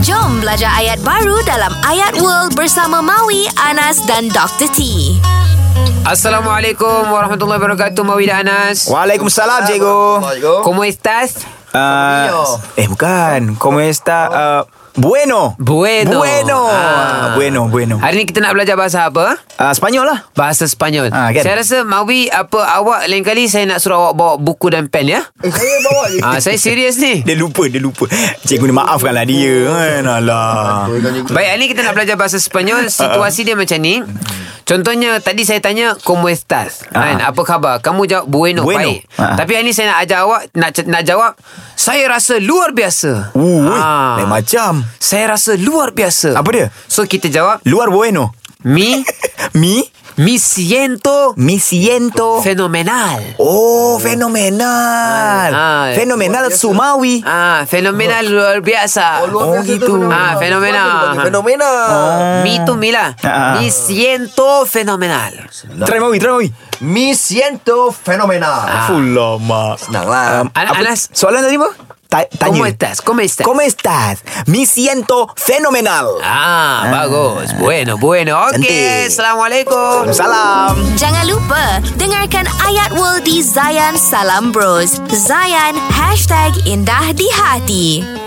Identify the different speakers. Speaker 1: jom belajar ayat baru dalam Ayat World bersama Maui, Anas dan Dr. T.
Speaker 2: Assalamualaikum warahmatullahi wabarakatuh Mawi dan Anas
Speaker 3: Waalaikumsalam, cikgu.
Speaker 2: ¿Cómo estás?
Speaker 3: Uh, eh, bukan. ¿Cómo está? Uh, bueno.
Speaker 2: Ah. Bueno.
Speaker 3: Bueno.
Speaker 2: Ah.
Speaker 3: Ah. Bueno, bueno.
Speaker 2: Hari ni kita nak belajar bahasa apa?
Speaker 3: Uh, Sepanyol lah.
Speaker 2: Bahasa Sepanyol
Speaker 3: Ah, kan?
Speaker 2: Saya rasa Mawi apa awak lain kali saya nak suruh awak bawa buku dan pen ya
Speaker 4: Eh, saya bawa je.
Speaker 2: ah, Saya serius ni
Speaker 3: Dia lupa, dia lupa. Cikgu ni maafkanlah dia. Kan, alah.
Speaker 2: Baik, hari ni kita nak belajar bahasa
Speaker 3: Ah.
Speaker 2: Sepanyol. Situasi dia macam ni. Contohnya tadi saya tanya Como estás? Kan, apa khabar? Kamu jawab bueno,
Speaker 3: Ah. Bueno.
Speaker 2: baik.
Speaker 3: Ah.
Speaker 2: Tapi hari ni saya nak ajar awak nak nak jawab saya rasa luar biasa.
Speaker 3: Uh,
Speaker 2: Ah.
Speaker 3: Lain macam.
Speaker 2: Saya rasa luar biasa.
Speaker 3: Apa dia?
Speaker 2: So kita jawab
Speaker 3: Luar bueno.
Speaker 2: mi
Speaker 3: Mi.
Speaker 2: mi siento
Speaker 3: Mi siento.
Speaker 2: fenomenal.
Speaker 3: Oh, fenomenal.
Speaker 2: Ah, eh.
Speaker 3: Fenomenal Sumawi.
Speaker 2: Ah, fenomenal luar biasa.
Speaker 3: Oh, gitu.
Speaker 2: Ah, fenomena.
Speaker 4: Fenomena.
Speaker 2: Mi tu mi lah.
Speaker 3: Ah.
Speaker 2: Mi siento fenomenal.
Speaker 3: Try Mawi, try Mawi.
Speaker 4: Mi siento fenomena.
Speaker 3: Fulama.
Speaker 4: Senang lah.
Speaker 3: Ah,
Speaker 2: Anas, Anas
Speaker 3: Soalan tadi apa? Ta- tanya.
Speaker 2: ¿Cómo estás? ¿Cómo estás?
Speaker 3: ¿Cómo estás? Me siento fenomenal.
Speaker 2: Ah, bagus. Bueno, bueno. Okey,
Speaker 3: Cantik.
Speaker 2: Assalamualaikum.
Speaker 3: Salam.
Speaker 1: Jangan lupa, dengarkan Ayat World di Zayan Salam Bros. Zayan, hashtag indah di hati.